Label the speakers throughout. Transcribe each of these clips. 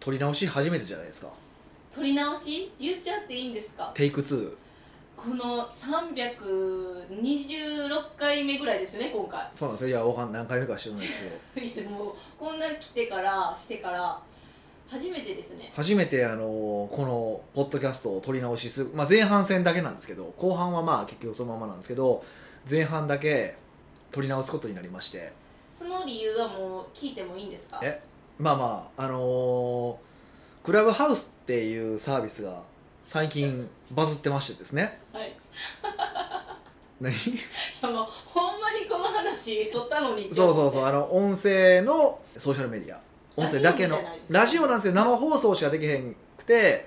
Speaker 1: 撮り直し初めてじゃないですか
Speaker 2: 撮り直し言っちゃっていいんですか
Speaker 1: テイク2
Speaker 2: この326回目ぐらいですよね今回
Speaker 1: そうなんですよいやわかん何回目か知らないですけど
Speaker 2: いやもうこんな来てからしてから初めてですね
Speaker 1: 初めてあのこのポッドキャストを撮り直しする、まあ、前半戦だけなんですけど後半はまあ結局そのままなんですけど前半だけ撮り直すことになりまして
Speaker 2: その理由はもう聞いてもいいんですか
Speaker 1: えまあまああのークラブハウスっていうサービスが最近バズってましてです ね
Speaker 2: はいい
Speaker 1: 何
Speaker 2: やもうほんまにこの話取ったのにって
Speaker 1: そ
Speaker 2: 思
Speaker 1: う
Speaker 2: って
Speaker 1: そうそうあの音声のソーシャルメディア音声だけの
Speaker 2: ラジオみたいなやつ
Speaker 1: ラジオなんですけど生放送しかできへんくて、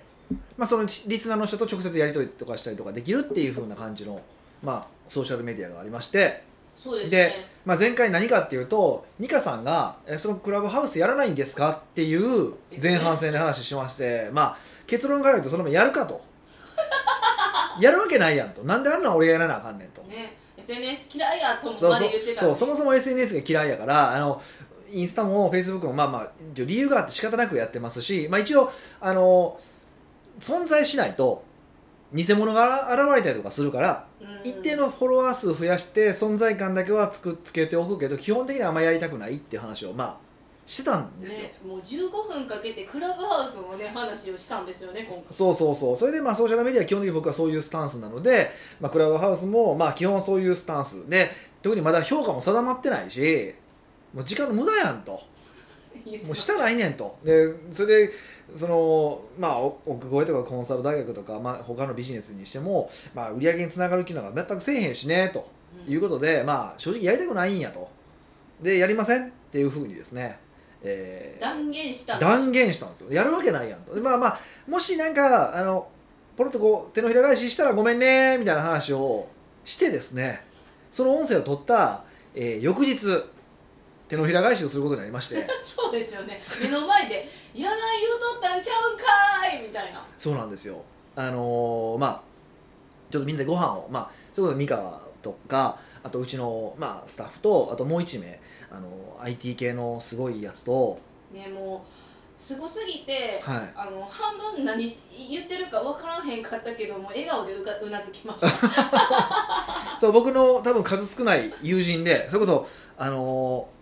Speaker 1: まあ、そのリスナーの人と直接やり取りとかしたりとかできるっていう風な感じの、まあ、ソーシャルメディアがありまして、
Speaker 2: そうですね
Speaker 1: まあ、前回何かっていうとニカさんが「えそのクラブハウスやらないんですか?」っていう前半戦で話しまして、まあ、結論から言うとそのままやるかとやるわけないやんとなんであんなん俺がやらなあかんねんと
Speaker 2: ね SNS 嫌いやとも
Speaker 1: そう
Speaker 2: ま
Speaker 1: そ
Speaker 2: で
Speaker 1: う
Speaker 2: 言ってた
Speaker 1: そう
Speaker 2: のに
Speaker 1: そもそも SNS が嫌いやからあのインスタもフェイスブックもまあまあ一応理由があって仕方なくやってますし、まあ、一応あの存在しないと偽物が現れたりとかするから
Speaker 2: うん
Speaker 1: 一定のフォロワー数増やして存在感だけはつくつけておくけど基本的にはあんまやりたくないっていう話をまあしてたんですよ。
Speaker 2: ね、もう15分かけてクラブハウスのね話をしたんですよね今回
Speaker 1: そうそうそうそれでまあソーシャルメディア基本的に僕はそういうスタンスなので、まあ、クラブハウスもまあ基本そういうスタンスで特にまだ評価も定まってないしもう時間の無駄やんと
Speaker 2: 言って
Speaker 1: も
Speaker 2: ま
Speaker 1: う
Speaker 2: し
Speaker 1: したたないねんとでそれでそのまあお奥越えとかコンサル大学とか、まあ、他のビジネスにしても、まあ、売り上げにつながる機能が全くせえへんしねと
Speaker 2: うん
Speaker 1: いうことで、まあ正直やりたくないんやとでやりませんっていうふうにですね、えー
Speaker 2: 断言したの
Speaker 1: 断言したんですよやるわけないやんとでまあまあもしなんかあのポロッとこう手のひら返ししたらごめんねみたいな話をしてですねその音声を取った、えー翌日手のひら返しをすることになりまして
Speaker 2: そうですよね目の前で「やらん言うとったんちゃうんかーい!」みたいな
Speaker 1: そうなんですよあのーまあちょっとみんなでご飯をまあそういうことで美川とかあとうちの、まあ、スタッフとあともう1名、あの IT 系のすごいやつと
Speaker 2: ねもうすごすぎて、
Speaker 1: はい
Speaker 2: あの半分何し言ってるか分からへんかったけども笑顔でうかうなずきました
Speaker 1: そう僕の多分数少ない友人でそれこそあのー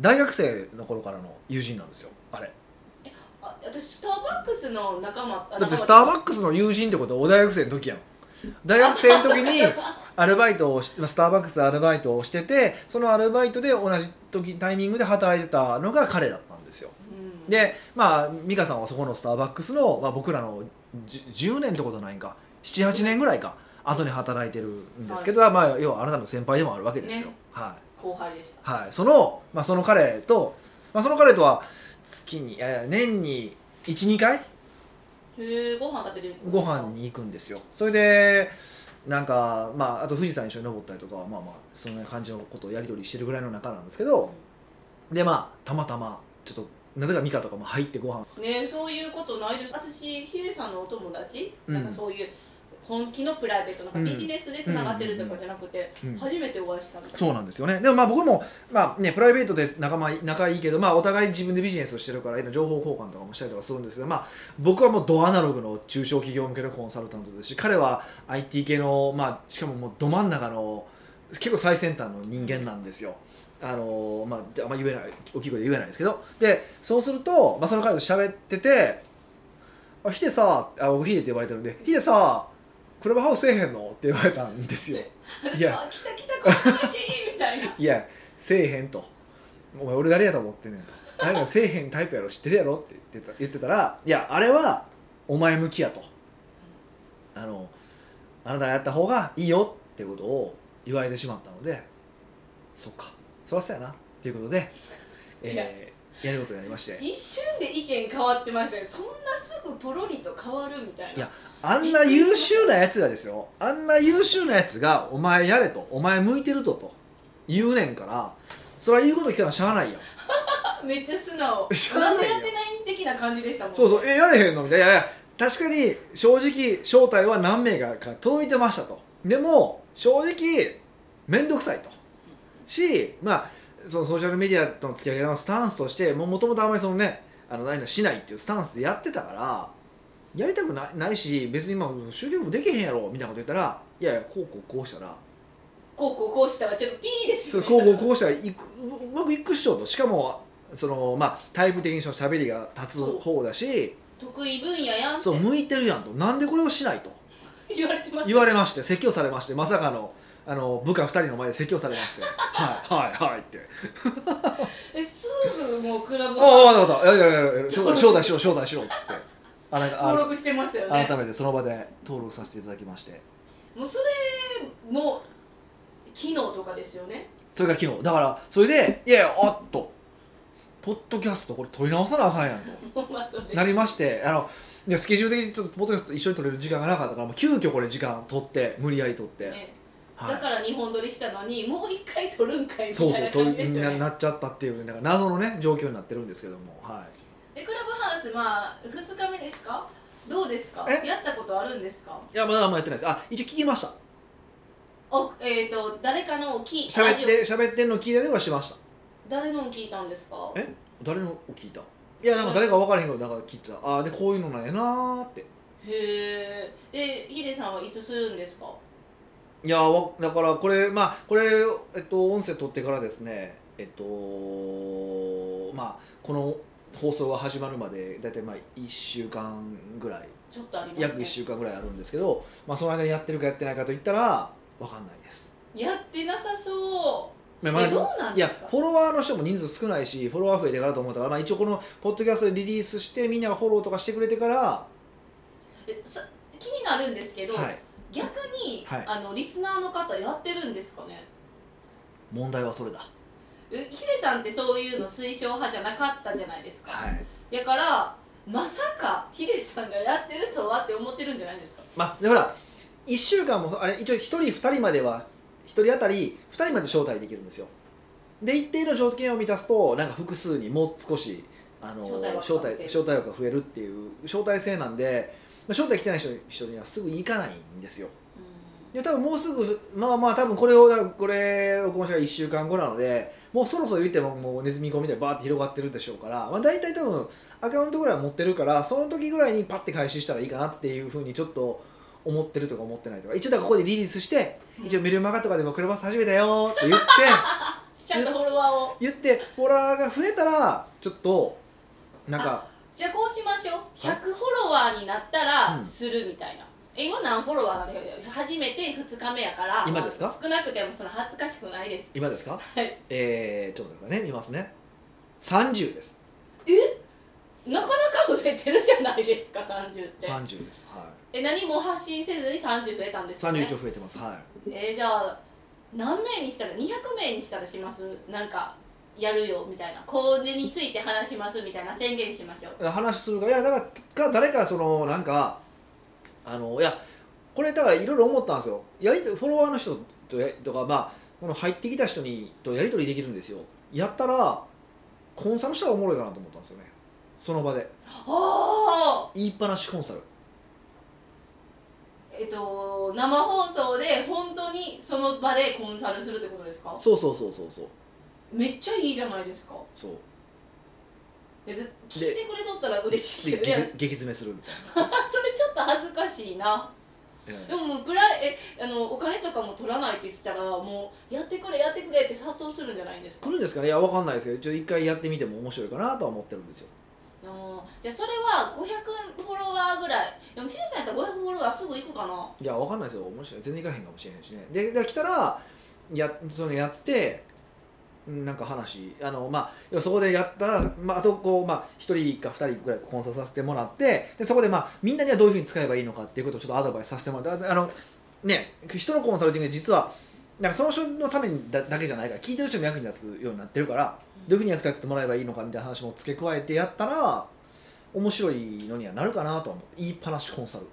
Speaker 1: 大学生の頃からの友人なんですよあれ
Speaker 2: あ私スターバックスの仲間
Speaker 1: だってスターバ
Speaker 2: ッ
Speaker 1: ックスの友人ってことはお大学生の時やん大学生の時 にアルバイトをしまあスターバックスでアルバイトをしててそのアルバイトで同じ時タイミングで働いてたのが彼だったんですよ
Speaker 2: うん、
Speaker 1: でまあ美香さんはそこのスターバックスの、まあ、僕らのじゅ 10, 年ってことないんか78年ぐらいか後に働いてるんですけど、まあ要はあなたの先輩でもあるわけですよ、
Speaker 2: ね
Speaker 1: はい
Speaker 2: 後輩でした
Speaker 1: はい、その,、まあ、その彼と、まあ、その彼とは月にいやいや年に12回
Speaker 2: へえご飯食べれる
Speaker 1: ご飯に行くんですよそれでなんか、まあ、あと富士山一緒に登ったりとかはまあまあそんな感じのことをやり取りしてるぐらいの仲なんですけどでまあたまたまちょっとなぜか美香とかも入ってご飯
Speaker 2: ねそういうことないです私ヒデさんのお友達、
Speaker 1: うん
Speaker 2: なんかそういう本気のプライベートなんか
Speaker 1: うん
Speaker 2: ビジネスでつながってるとかじゃなくて、
Speaker 1: うん
Speaker 2: 初めてお会いしたの
Speaker 1: そうなんですよねでもまあ僕も、まあね、プライベートで仲間仲いいけど、まあ、お互い自分でビジネスをしてるから情報交換とかもしたりとかするんですけど、まあ、僕はもうドアナログの中小企業向けのコンサルタントですし彼は IT 系の、まあ、しかももうど真ん中の結構最先端の人間なんですよ。あのまあ、であんま言えない大きい声で言えないですけどでそうすると、まあ、その彼と喋ってて「あヒデさあ僕ヒデって呼ばれてるんでヒデさクラブハウスせえへんの?」って言われたんですよ。い
Speaker 2: 私
Speaker 1: や
Speaker 2: は「来た来たこの話!」みた いな
Speaker 1: いやせえへんとお前俺誰やと思ってんねんと誰かせえへんタイプやろ知ってるやろって言ってた言ってたらいやあれはお前向きやとあのあなたがやった方がいいよってことを言われてしまったのでそっかそらそうやなっていうことで、えーやることになりまして
Speaker 2: 一瞬で意見変わってましたねそんなすぐポロリと変わるみたいない
Speaker 1: やあんな優秀なやつがですよあんな優秀なやつがお前やれとお前向いてるぞと言うねんからそれは言うこと聞かなしゃあないよ
Speaker 2: めっちゃ素直
Speaker 1: 知らない
Speaker 2: な
Speaker 1: よ
Speaker 2: んでやってない的な感じでしたもん
Speaker 1: そうそう、え、やれへんのみたいな。いやいや、確かに正直、招待は何名か届いてましたと。でも、正直、めんどくさいと。し、まあ、そのソーシャルメディアとの付き合い方のスタンスとして、もともとあんまりそのね、あの何々しないっていうスタンスでやってたからやりたくないないし別に今就業もできへんやろみたいなこと言ったらいやいやこうこうこうしたら
Speaker 2: こうこうこうしたはちょっとピーです
Speaker 1: そ
Speaker 2: よ
Speaker 1: う
Speaker 2: ね
Speaker 1: こうこうこうしたらいくううまくいくっしょとしかもその、まあ、タイプ的にその喋りが立つ方だし
Speaker 2: 得意分野やんって
Speaker 1: そう向いてるやんとなんでこれをしないと
Speaker 2: 言われてます
Speaker 1: 言われまして説教されましてまさかのあの部下2人の前で説教されましてはいはいはいって
Speaker 2: えすぐもうクラブ
Speaker 1: ああわかったわかったやるやるやるやる招待招待しろ招待しろっつってあら
Speaker 2: 登録してましたよ
Speaker 1: あら
Speaker 2: ね
Speaker 1: 改めてその場で登録させていただきまして
Speaker 2: もうそれも昨日とかですよね
Speaker 1: それが昨日だからそれでいやいやあっとポッドキャストこれ取り直さなあかんやんと
Speaker 2: もうまあそれ
Speaker 1: なりましてあのいやスケジュール的にちょっとポッドキャスト一緒に撮れる時間がなかったからもう急遽これ時間取って無理やり取って、
Speaker 2: ね
Speaker 1: はい
Speaker 2: だから日本撮りしたのにもう一回撮るんかいみた
Speaker 1: そう
Speaker 2: い
Speaker 1: そう
Speaker 2: な
Speaker 1: 取
Speaker 2: 感じ
Speaker 1: り
Speaker 2: ですよ
Speaker 1: な
Speaker 2: ね
Speaker 1: なっちゃったっていうなんか謎のね状況になってるんですけどもはい
Speaker 2: でクラブハウスまあ2日目ですかどうですか
Speaker 1: え
Speaker 2: やったことあるんですか
Speaker 1: いやまだあんまやってないですあ一応聞きました
Speaker 2: おえっ、と誰かのを聞い
Speaker 1: 喋っ
Speaker 2: ラジ
Speaker 1: て喋ってんの聞いたりはしました
Speaker 2: オ誰のを聞いたんですか
Speaker 1: え誰のを聞いたいやなんか誰か分からへんけどなんか聞いてたああでこういうのなんやなーって
Speaker 2: へえでヒデさんはいつするんですか
Speaker 1: いやわだからこれまあこれえっと音声取ってからですねえっとまあこの放送が始まるまで大体まあ1週間ぐらい
Speaker 2: ちょっとあります、ね、
Speaker 1: 約1週間ぐらいあるんですけど、まあ、その間にやってるかやってないかといったら分かんないです。
Speaker 2: やってなさそ
Speaker 1: まあ
Speaker 2: う
Speaker 1: まあ
Speaker 2: えどうなん
Speaker 1: い
Speaker 2: で
Speaker 1: や
Speaker 2: すか
Speaker 1: フォロワーの人も人数少ないしフォロワー増えてからと思ったから、まあ、一応このポッドキャストでリリースしてみんながフォローとかしてくれてから
Speaker 2: えさ気になるんですけど、
Speaker 1: はい
Speaker 2: 逆に、
Speaker 1: はい
Speaker 2: あのリスナーの方やってるんですかね
Speaker 1: 問題はそれだ
Speaker 2: えヒデさんってそういうの推奨派じゃなかったじゃないですか、
Speaker 1: はい
Speaker 2: だからまさかヒデさんがやってるとはって思ってるんじゃないですか
Speaker 1: まあだから1週間もあれ一応1人2人までは1人当たり2人まで招待できるんですよで一定の条件を満たすとなんか複数にもう少しあの
Speaker 2: 招待枠
Speaker 1: 招待
Speaker 2: が増える
Speaker 1: 招待枠が増えるっていう招待制なんで、まあ、招待来てない人人にはすぐ行かないんですよで多分もうすぐまあまあ多分これをだからこれ録音したら1週間後なのでもうそろそろ言ってももうネズミ子みたいにバーって広がってるでしょうから、まあ、大体多分アカウントぐらいは持ってるからその時ぐらいにパッて開始したらいいかなっていうふうにちょっと思ってるとか思ってないとか一応だからここでリリースして一応メルマガとかでもクラブハウス始めたよって言 って
Speaker 2: ちゃんとフォロワーを
Speaker 1: 言ってフォロワーが増えたらちょっとなんか
Speaker 2: じゃあこうしましょう100フォロワーになった
Speaker 1: う
Speaker 2: ら
Speaker 1: ん
Speaker 2: するみたいな、え今何フォロワーなんだけど初めて2日目やから
Speaker 1: 今ですか
Speaker 2: 少なくてもその恥ずかしくないです
Speaker 1: 今ですか
Speaker 2: はい
Speaker 1: えー、ちょっと待ってくださいね見ますね30です
Speaker 2: なかなか増えてるじゃないですか30って
Speaker 1: 30ですはい
Speaker 2: え何も発信せずに30増えたんですよね
Speaker 1: 31増えてますはい
Speaker 2: えーじゃあ何名にしたら200名にしたらしますなんかやるよみたいなこれについて話しますみたいな宣言しましょう
Speaker 1: 話するからいやだからか誰かそのなんかあのいやこれだからいろいろ思ったんですよやりとフォロワーの人とやとかまあこの入ってきた人にとやり取りできるんですよやったらコンサルしたらおもろいかなと思ったんですよねその場で
Speaker 2: ああ
Speaker 1: 言いっぱなしコンサル
Speaker 2: えっと生放送で本当にその場でコンサルするってことですか
Speaker 1: そうそうそうそうそう
Speaker 2: めっちゃいいじゃないですか
Speaker 1: そう
Speaker 2: えず聞いてくれとったら嬉しい
Speaker 1: で
Speaker 2: けど
Speaker 1: 激
Speaker 2: いや
Speaker 1: 激詰めするみたい
Speaker 2: それちょっと恥ずかしいな
Speaker 1: な、え
Speaker 2: でももうプライえあのお金とかも取らないってしたらもうやってくれやってくれって殺到するんじゃないんです
Speaker 1: え
Speaker 2: か
Speaker 1: 来るんですかねいやわかんないですけどちょっと一回やってみても面白いかなとは思ってるんですよ
Speaker 2: あーじゃあそれは500フォロワーぐらいでもヒデさんやったら500フォロワーすぐ行くかない
Speaker 1: やわかんないですよ面白い全然いかへんかもしれへんしねでで来たらやそのやってうんなんか話あのまあ要はそこでやったら、まあ、あとこうまあ1人か2人ぐらいコンサルさせてもらってでそこでまあみんなにはどういうふうに使えばいいのかっていうことをちょっとアドバイスさせてもらってああのね人のコンサルティングで実はなんかその人のためにだだけじゃないから聞いてる人も役に立つようになってるからどういうふうに役立ってもらえばいいのかみたいな話も付け加えてやったら面白いのにはなるかなとは思う言いっぱなしコンサル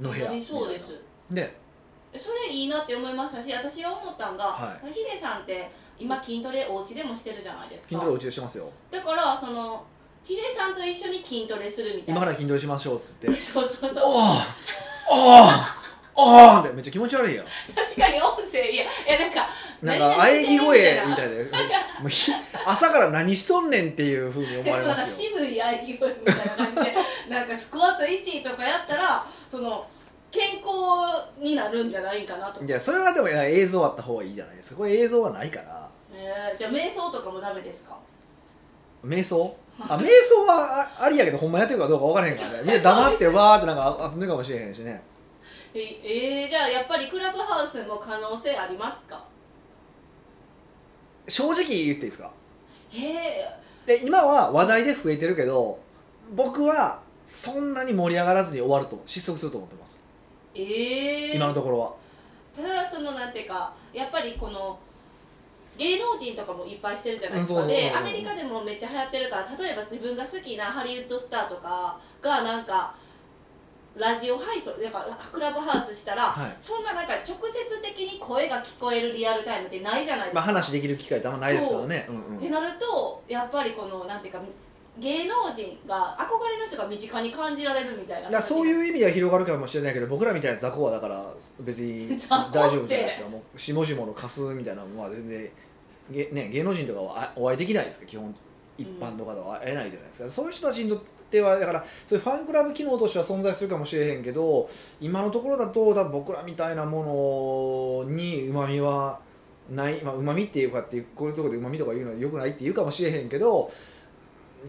Speaker 1: の部屋
Speaker 2: 本当にそうです
Speaker 1: で
Speaker 2: それいいなって思いましたし私は思ったんが、
Speaker 1: は
Speaker 2: ヒデさんって今筋トレお家でもしてるじゃないですか
Speaker 1: 筋トレをうちでしてますよ
Speaker 2: だからそのヒデさんと一緒に筋トレするみた
Speaker 1: 今
Speaker 2: い
Speaker 1: か
Speaker 2: な
Speaker 1: ら筋トレしましょうって言って
Speaker 2: そうそうそう
Speaker 1: あああああーってめっちゃ気持ち悪いやん
Speaker 2: 確かに音声いやいやなん か
Speaker 1: なん
Speaker 2: 何
Speaker 1: か
Speaker 2: 々
Speaker 1: 喘
Speaker 2: して
Speaker 1: ぎ
Speaker 2: る
Speaker 1: 声みた
Speaker 2: みた
Speaker 1: いなもうひ朝から何しとんねんっていうふうに思
Speaker 2: で
Speaker 1: わ
Speaker 2: も
Speaker 1: れ
Speaker 2: なん
Speaker 1: ま
Speaker 2: か
Speaker 1: すよ
Speaker 2: 渋い喘ぎ声みたいな感じで なんかスクワット1とかやったらその健康になるんじゃないかなと
Speaker 1: いやそれはでも映像あった方がいいじゃないですかこれ映像はないから
Speaker 2: えー、じゃあ瞑想とかもダメですか
Speaker 1: 瞑想あ瞑想はあありやけどほんまやってるかどうか分からへんからねみんな黙ってわーってなんか遊んでるかもしれへんしね
Speaker 2: ええー、じゃあやっぱりクラブハウスも可能性ありますか
Speaker 1: 正直言っていいですか
Speaker 2: へえ
Speaker 1: で今は話題で増えてるけど僕はそんなに盛り上がらずに終わると失速すると思ってます
Speaker 2: ええ
Speaker 1: 今のところは
Speaker 2: ただそのなんていうかやっぱりこの芸能人とかもいっぱいしてるじゃないです
Speaker 1: う
Speaker 2: か
Speaker 1: んそうそう
Speaker 2: で
Speaker 1: うん
Speaker 2: アメリカでもめっちゃ流行ってるから例えば自分が好きなハリウッドスターとかがなんかラジオ配送なんかクラブハウスしたら、
Speaker 1: はい
Speaker 2: そんななんか直接的に声が聞こえるリアルタイムってないじゃないです
Speaker 1: ま
Speaker 2: か、
Speaker 1: あ話できる機会ってあんまないですからねうん
Speaker 2: っ
Speaker 1: う
Speaker 2: て
Speaker 1: ん
Speaker 2: なるとやっぱりこのなんていうか芸能人が憧れの人が身近に感じられるみた
Speaker 1: だ
Speaker 2: いな
Speaker 1: からそういうう意味では広がるかもしれないけど僕らみたいな雑魚はだから別に
Speaker 2: 雑魚って
Speaker 1: 大丈夫じゃないですかもう下々の貸すみたいなのは全然げ、ね、芸能人とかはあお会いできないですから基本一般の方は会えないじゃないですか、そういう人たちにとってはだからそういうファンクラブ機能としては存在するかもしれへんけど今のところだと多分僕らみたいなものにうまみはないまあうまみっていうかっていうこういうところでうまみとか言うのはよくないって言うかもしれへんけど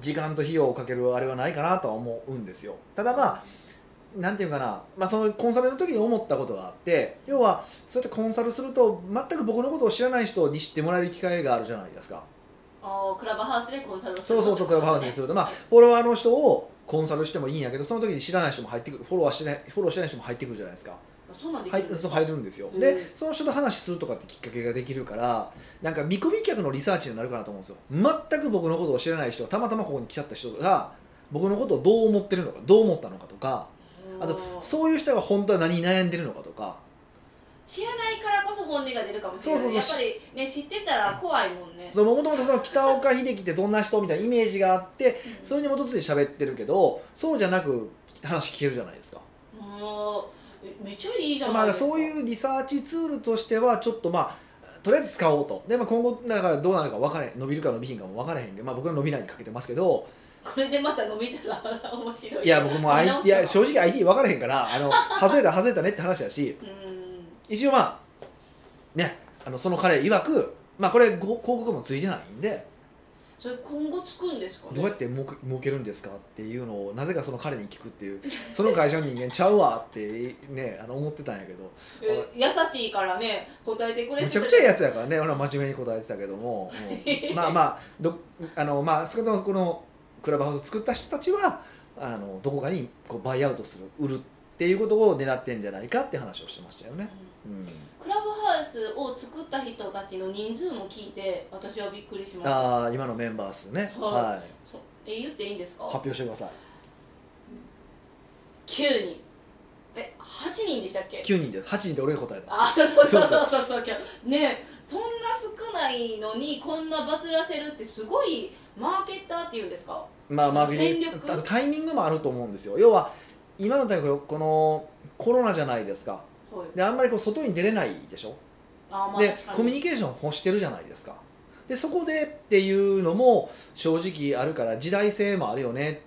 Speaker 1: 時間と費用をかけるあれはないかなとは思うんですよただまあなんていうかな、まあ、そのコンサルの時に思ったことがあって要はそうやってコンサルすると全く僕のことを知らない人に知ってもらえる機会があるじゃないですか
Speaker 2: あークラブハウスでコンサルをす
Speaker 1: そ
Speaker 2: る
Speaker 1: うそうそうクラブハウスにするとまあフォロワーの人をコンサルしてもいいんやけどその時に知らない人も入ってくるフォロワーしてないフォローしてない人も入ってくるじゃないですか
Speaker 2: そうなんでき
Speaker 1: 入
Speaker 2: るん
Speaker 1: っ
Speaker 2: です
Speaker 1: そう
Speaker 2: か
Speaker 1: 入るんですよ、
Speaker 2: うん
Speaker 1: でその人と話するとかってきっかけができるからなんか見込み客のリサーチになるかなと思うんですよ全く僕のことを知らない人がたまたまここに来ちゃった人が僕のことをどう思ってるのかどう思ったのかとかあと
Speaker 2: うん
Speaker 1: そういう人が本当は何に悩んでるのかとか
Speaker 2: 知らないからこそ本音が出るかもしれない
Speaker 1: そうそうそう
Speaker 2: やっぱりね知ってたら怖いもんね
Speaker 1: そのもともとその北岡秀樹ってどんな人みたいなイメージがあってそれに基づいて喋ってるけどそうじゃなく話聞けるじゃないですか
Speaker 2: もうえめっちゃいいじゃな
Speaker 1: ま
Speaker 2: い
Speaker 1: あ、
Speaker 2: ですか、
Speaker 1: そういうリサーチツールとしてはちょっとまあとりあえず使おうとで、まあ、今後だからどうなるか分からへん伸びるか伸びひんかも分からへんけど、まあ、僕は伸びないにかけてますけど
Speaker 2: これでまた伸びたら面白い
Speaker 1: いや僕も I
Speaker 2: 取り直す
Speaker 1: いや正直 IT 分からへんからあの外れた外れたねって話だし
Speaker 2: うん
Speaker 1: 一応まあねあのその彼曰くまあこれご広告もついてないんで
Speaker 2: それ今後つくんですかね
Speaker 1: どうやって儲け儲けるんですかっていうのをなぜかその彼に聞くっていうその会社の人間ちゃうわってねあの思ってたんやけど
Speaker 2: え優しいからね答えてくれ
Speaker 1: め
Speaker 2: て
Speaker 1: ちゃくちゃいいやつやからね俺は真面目に答えてたけど も、うんまあまあどあのまあ少なくともこのクラブハウス作った人たちはあのどこかにこうバイアウトする売るっていうことを狙ってんじゃないかって話をしてましたよね、
Speaker 2: うん
Speaker 1: うん、
Speaker 2: クラブハウスを作った人たちの人数も聞いて私はびっくりしました
Speaker 1: ああ今のメンバー数ね
Speaker 2: そう
Speaker 1: はい
Speaker 2: そうえ言っていいんです
Speaker 1: 発
Speaker 2: か
Speaker 1: 表してください
Speaker 2: 9人え8人でしたっけ
Speaker 1: 9人です8人で俺が答えた
Speaker 2: あそうそうそうそうそうそう今日ねそんな少ないのにこんなバズらせるってすごいマーケッターっていうんですか
Speaker 1: まあまあ
Speaker 2: 戦略
Speaker 1: あとタイミングもあると思うんですよ要は今のタイミングこのコロナじゃないですか
Speaker 2: はい
Speaker 1: であんまりこう外に出れないでしょ
Speaker 2: あまあ
Speaker 1: で
Speaker 2: 確かに
Speaker 1: コミュニケーションを欲してるじゃないですかでそこでっていうのも正直あるから時代性もあるよね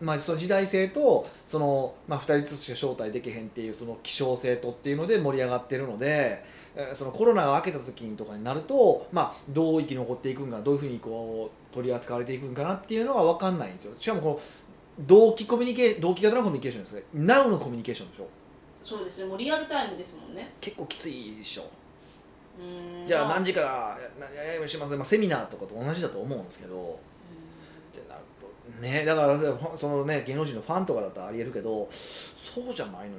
Speaker 1: まあその時代性とその、まあ、2人ずつしか招待できへんっていうその希少性とっていうので盛り上がってるのでえーそのコロナが明けた時にとかになると、まあ、どう生き残っていくんかどういうふうにこう取り扱われていくんかなっていうのが分かんないんですよしかもこの同期コミュニケー同期型のコミュニケーションですね Now のコミュニケーションでしょ
Speaker 2: そうですねもうリアルタイムですもんね
Speaker 1: 結構きついでしょ
Speaker 2: うーん
Speaker 1: じゃあ
Speaker 2: ま
Speaker 1: 何時からなやややしますまあ、セミナーとかと同じだと思うんですけどってなるとねだからファンそのね芸能人のファンとかだったらありえるけどそうじゃないのに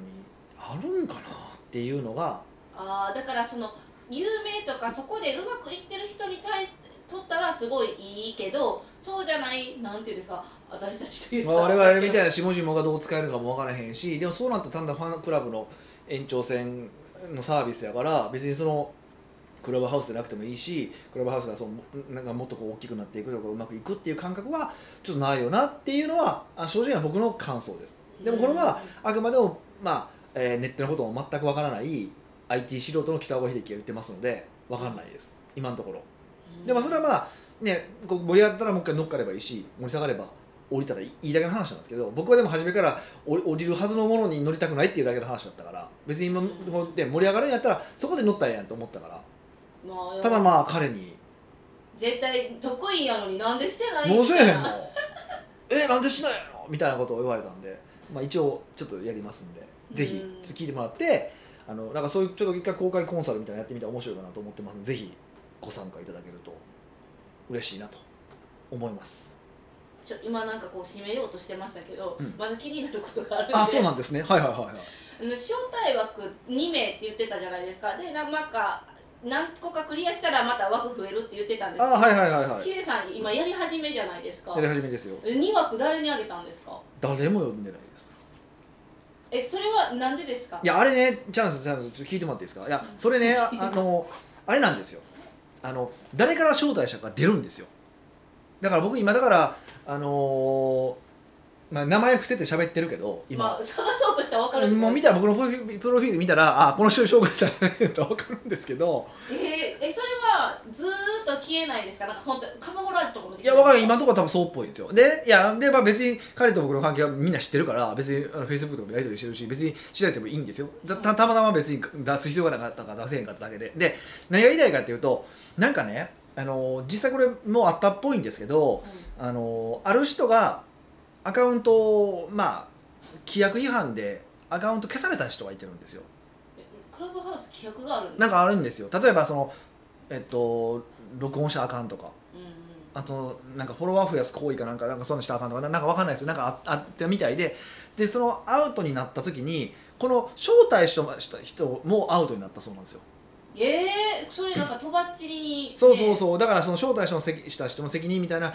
Speaker 1: あるんかなっていうのが
Speaker 2: ああだからその有名とかそこでうまくいってる人に対してとったらすごいいいけどそうじゃないなんていうんですか私たちという
Speaker 1: まあ我々みたいな下々がどう使えるのかも分からへんしでもそうなったら単なるファンクラブの延長線のサービスやから別にそのクラブハウスでなくてもいいしクラブハウスがそのなんかもっとこう大きくなっていくとかうまくいくっていう感覚はちょっとないよなっていうのはあ正直な僕の感想です。でもこれはあくまでも、まあ、えーネットのことも全くわからない IT 素人の北岡秀樹が言ってますのでわかんないです今のところでもそれはまあねこう盛り上がったらもう一回乗っかればいいし盛り下がれば降りたらいいいいだけの話なんですけど僕はでも初めから降り降りるはずのものに乗りたくないっていうだけの話だったから別に今こうで盛り上がるんやったらそこで乗ったらええやんと思ったから
Speaker 2: まあ
Speaker 1: ただまあ彼に
Speaker 2: 絶対得意やのになんでし
Speaker 1: 「
Speaker 2: てない
Speaker 1: もうせえへんの
Speaker 2: あ
Speaker 1: えなんでしないの?」みたいなことを言われたんで、まあ、一応ちょっとやりますんでぜひ
Speaker 2: うん
Speaker 1: ちょっと聞いてもらってあのなんかそういうちょっと一回公開コンサルみたいなのやってみたら面白いかなと思ってますのでぜひご参加いただけると嬉しいなと思います
Speaker 2: ちょ今なんかこう締めようとしてましたけど、
Speaker 1: うん
Speaker 2: まだ気になることがあるんで
Speaker 1: あそうなんですねはいはいはいはい
Speaker 2: あの招待枠2名って言ってたじゃないですかでななんか何個かクリアしたらまた枠増えるって言ってたんです
Speaker 1: あはいはいはいはい
Speaker 2: ヒデさん今やり始めじゃないですか
Speaker 1: やり始めですよ
Speaker 2: 2枠誰にあげたんですか
Speaker 1: 誰も呼んでないです
Speaker 2: えそれはなんでですか
Speaker 1: いやあれねチャンスチャンスちょっと聞いてもらっていいですかいやそれ ねああのあれなんですよあの誰から招待者か出るんですよだから僕今だからあのーまあ、名前伏せて喋ってるけど今、
Speaker 2: まあ、探そうとしたら分かる
Speaker 1: もう見たら僕のプロフィプロフィール見たらあこの人紹介されてると分かるんですけど
Speaker 2: えーえそれはずーっと消えないですかなんか本当カモフラージュとかもで
Speaker 1: い
Speaker 2: き
Speaker 1: や
Speaker 2: る
Speaker 1: 分かる今のところ多分そうっぽいんですよでいやで、まあ、別に彼と僕の関係はみんな知ってるから別にあの Facebook とかもやり取りしてるし別に知られてもいいんですよたたたまたま別に出す必要がなかったから出せへんかっただけでで何が言いたいかっていうとなんかねあの実際これもうあったっぽいんですけどあのある人がアカウントをまあ規約違反でアカウント消された人がいてるんですよ
Speaker 2: クラブハウス規約があるんです
Speaker 1: なんかあるんですよ例えばそのえっと録音したらあかんとか
Speaker 2: うんうん
Speaker 1: あとなんかフォロワー増やす行為かなんかなんかそんなしたらあかんとかななんかわかんないですよなんかああったみたいででそのアウトになった時にこの招待したした人もアウトになったそうなんですよ
Speaker 2: ええー、それなんかとばっちりに、
Speaker 1: そうそうそうだからその招待者の責した人の責任みたいな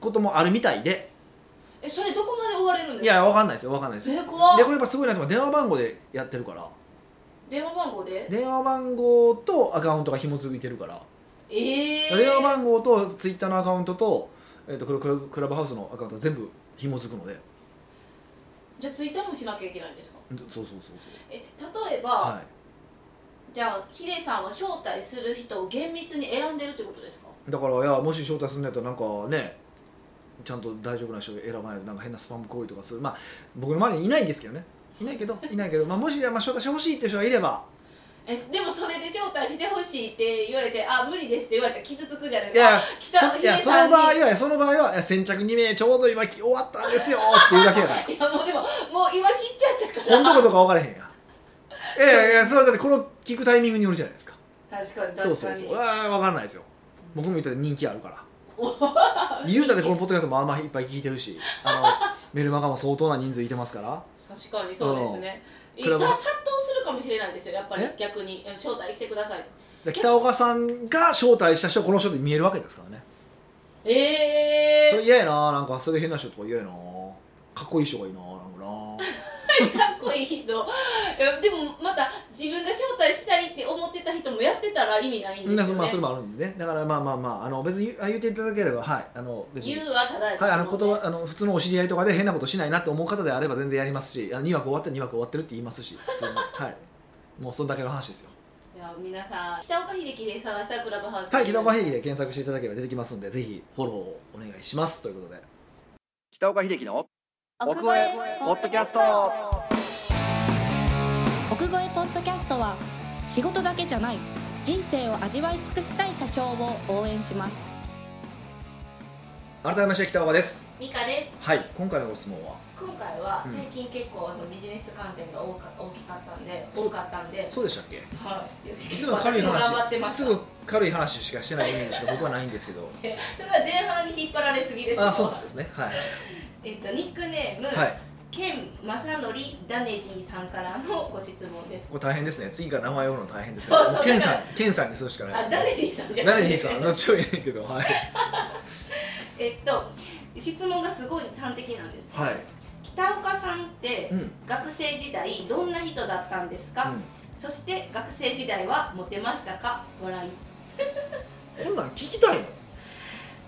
Speaker 1: こともあるみたいで
Speaker 2: えそれどこまで終われるん
Speaker 1: い
Speaker 2: ですか
Speaker 1: やわかんないですよわかんないですよ
Speaker 2: えー、怖っ
Speaker 1: でこれやっぱすごいなと思う電話番号でやってるから
Speaker 2: 電話番号で
Speaker 1: 電話番号とアカウントが紐付いてるから
Speaker 2: ええー、
Speaker 1: 電話番号とツイッターのアカウントと,、えっとクラクラブクラブハウスのアカウントが全部紐付くので
Speaker 2: じゃあツイッターもしなきゃいけないんですか
Speaker 1: そうそうそうそう
Speaker 2: え例えば、
Speaker 1: はい
Speaker 2: じゃあヒデさんは招待する人を厳密に選んでるってことですか
Speaker 1: だからいやもし招待するんだったらなんかねちゃんと大丈夫な人を選ばないとなんか変なスパム行為とかするまあ僕の周りにいないんですけどねいないけどいないけど、まあ、もし、まあ、招待してほしいって人がいれば
Speaker 2: えでもそれで招待してほしいって言われてあ無理ですって言われたら傷つくじゃない
Speaker 1: い
Speaker 2: ですか
Speaker 1: や
Speaker 2: 来
Speaker 1: そ
Speaker 2: た
Speaker 1: いや
Speaker 2: ヒデ
Speaker 1: そ
Speaker 2: さ
Speaker 1: の
Speaker 2: ん
Speaker 1: 場合
Speaker 2: に
Speaker 1: はいやその場合はいや先着2名ちょうど今終わったんですよっていうだけやから
Speaker 2: いやもうでももう今知っちゃったから
Speaker 1: 本当かどうか分からへんやいやいやいやそれはだってこの聞くタイミングによるじゃないですか
Speaker 2: 確かに確か
Speaker 1: そう
Speaker 2: に
Speaker 1: そうそうあ分からないですよ僕も言ったら人気ある から
Speaker 2: お
Speaker 1: 言うたってこのポッドキャストもあんまいっぱい聞いてるしあのメルマガも相当な人数いてますから
Speaker 2: 確かにそうですね
Speaker 1: うん
Speaker 2: い
Speaker 1: ク
Speaker 2: た
Speaker 1: ラ
Speaker 2: 殺
Speaker 1: ブ
Speaker 2: 到するかもしれないですよやっぱり
Speaker 1: え
Speaker 2: 逆にえ招待してくださいと
Speaker 1: で北岡さんが招待した人はこの人で見えるわけですからね
Speaker 2: え
Speaker 1: それ
Speaker 2: え
Speaker 1: 嫌やななんかそれ変な人とか嫌やなかっこいい人がいいななんかな
Speaker 2: ー、かっこいい人いやでもまた自分が招待したいって思ってた人もやってたら意味ないん
Speaker 1: みん
Speaker 2: で
Speaker 1: な
Speaker 2: す
Speaker 1: そ,、
Speaker 2: よ
Speaker 1: まあ、それ
Speaker 2: ね
Speaker 1: もあるんでねだからまあまあまああの別に言うあ言っていただければはいあの別に
Speaker 2: 言うはただです
Speaker 1: はい、あの
Speaker 2: もん
Speaker 1: 言葉あの普通のお知り合いとかで変なことしないなって思う方であれば全然やりますしあの2枠終わったら2枠終わってるって言いますし普通にはいもうそんだけの話ですよ
Speaker 2: じゃあ皆さん北岡秀樹で探したクラブハウス
Speaker 1: はい北岡秀樹で検索していただければ出てきますんでぜひフォローをお願いしますということで北岡秀樹の
Speaker 3: 奥越えポッドキャスト
Speaker 4: 奥越えポッドキャストは仕事だけじゃない人生を味わい尽くしたい社長を応援します
Speaker 1: 改めまして北岡です
Speaker 2: 美香です
Speaker 1: はい今回のご質問は
Speaker 2: 今回は
Speaker 1: うん
Speaker 2: 最近結構そのビジネス観点が多か大きかったんで
Speaker 1: そう
Speaker 2: 多かったんで
Speaker 1: そうでしたっけ
Speaker 2: はい
Speaker 1: いつも軽い
Speaker 2: 私も頑張って
Speaker 1: 話
Speaker 2: まし
Speaker 1: す
Speaker 2: た
Speaker 1: ぐ軽い話しかしてないイメージしか僕はないんですけど
Speaker 2: それは前半に引っ張られすぎです
Speaker 1: あそうなんですねはい
Speaker 2: えっとニックネーム、
Speaker 1: はい
Speaker 2: ケン・マサノリ・ダネディさんからのご質問です
Speaker 1: これ大変ですね次から名前を呼ぶの大変ですね
Speaker 2: そうそう
Speaker 1: もうケンさ
Speaker 2: だ
Speaker 1: んケンさんにするしかない
Speaker 2: あダネディさんじゃな
Speaker 1: ダ
Speaker 2: い
Speaker 1: ネディさん後を言えないけどはい
Speaker 2: えっと質問がすごい端的なんです、
Speaker 1: はい
Speaker 2: 北岡さんって
Speaker 1: うん、うん、
Speaker 2: 学生時代どんな人だったんですか、そして学生時代はモテましたか笑い
Speaker 1: こんなん聞きたいの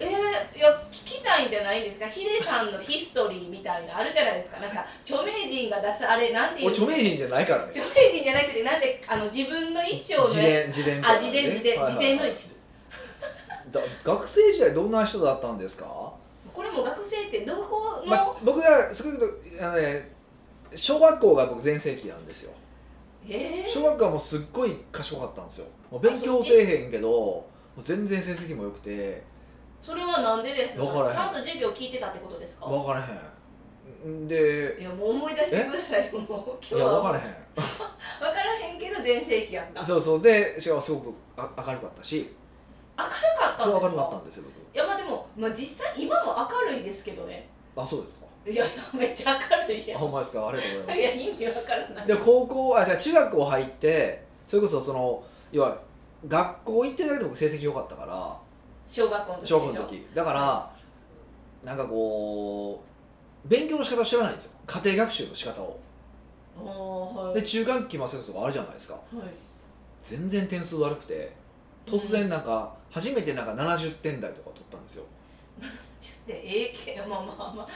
Speaker 2: えー、いや聞きたいんじゃないですかヒデさんのヒストリーみたいなあるじゃないですかなんか著名人が出すあれなんていう
Speaker 1: 俺著名人じゃないからね
Speaker 2: 著名人じゃなくてなんであの自分の一生の
Speaker 1: 自伝自伝みた
Speaker 2: あ
Speaker 1: いな
Speaker 2: 自
Speaker 1: ね
Speaker 2: 伝自
Speaker 1: はい
Speaker 2: 伝、
Speaker 1: はい
Speaker 2: 自伝の一部
Speaker 1: だ学生時代どんな人だったんですか、
Speaker 2: これも学生ってどこの、
Speaker 1: まあ、僕がすごくあの、ね、小学校が僕全盛期なんですよ
Speaker 2: えー
Speaker 1: 小学校はもうすっごい賢かったんですよもう勉強せえへんけどもう全然成績も良くて
Speaker 2: それはなんでですか
Speaker 1: わからへん
Speaker 2: ちゃんと授業聞いてたってことですか
Speaker 1: 分からへんんで
Speaker 2: いやもう思い出してくださいもう今日
Speaker 1: いや
Speaker 2: は
Speaker 1: 分
Speaker 2: わ
Speaker 1: か
Speaker 2: から
Speaker 1: へん
Speaker 2: らへんけど全盛期やった明る
Speaker 1: そうそうでしかもすごくあ明るかったし
Speaker 2: かったんですか
Speaker 1: 超明るかったんですよ
Speaker 2: いやまあでも、まあ、実際今も明るいですけどね
Speaker 1: 僕あそうですか
Speaker 2: いやいやめっちゃ明るい
Speaker 1: あ
Speaker 2: やん
Speaker 1: ほんまですかありがとうございます
Speaker 2: いや意味わからない
Speaker 1: で高校あじゃあ中学校入ってそれこそその要は学校行ってるだけで僕成績良かったから
Speaker 2: 小学校の時でし
Speaker 1: 小
Speaker 2: ょ
Speaker 1: 学校の時だからなんかこう勉強の仕方を知らないんですよ家庭学習の仕方を
Speaker 2: おーはい
Speaker 1: で中間期末テストがあるじゃないですか
Speaker 2: はい
Speaker 1: 全然点数悪くて突然なんか初めてなんか70点台とか取ったんですよ、
Speaker 2: ちょっとええけどまあまあまあ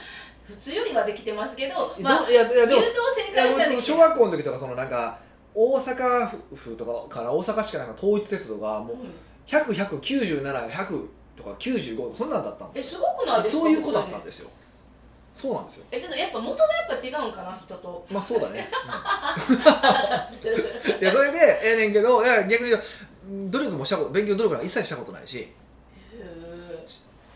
Speaker 2: 普通よりはできてますけど
Speaker 1: え
Speaker 2: ま
Speaker 1: ど
Speaker 2: あ
Speaker 1: ういやいやで
Speaker 2: 優
Speaker 1: も
Speaker 2: 等生
Speaker 1: い
Speaker 2: か
Speaker 1: や
Speaker 2: ら
Speaker 1: 俺
Speaker 2: したら
Speaker 1: で
Speaker 2: で
Speaker 1: も
Speaker 2: きて
Speaker 1: 小学校の時とかそのなんか大阪府とかから大阪市かなんか統一鉄道がもう
Speaker 2: うん
Speaker 1: 10097100とか95そんなんだったんで
Speaker 2: え
Speaker 1: す
Speaker 2: す
Speaker 1: よ
Speaker 2: ごくないですか
Speaker 1: そういう子だったん
Speaker 2: す
Speaker 1: ですよそうなんですよ
Speaker 2: えちょっとやっぱ元がやっぱ違うんかな人と
Speaker 1: まあそうだね、
Speaker 2: へ
Speaker 1: うんいやそれでええねんけどだから逆に言うとうん努力もしたこと勉強努力なんか一切したことないし
Speaker 2: え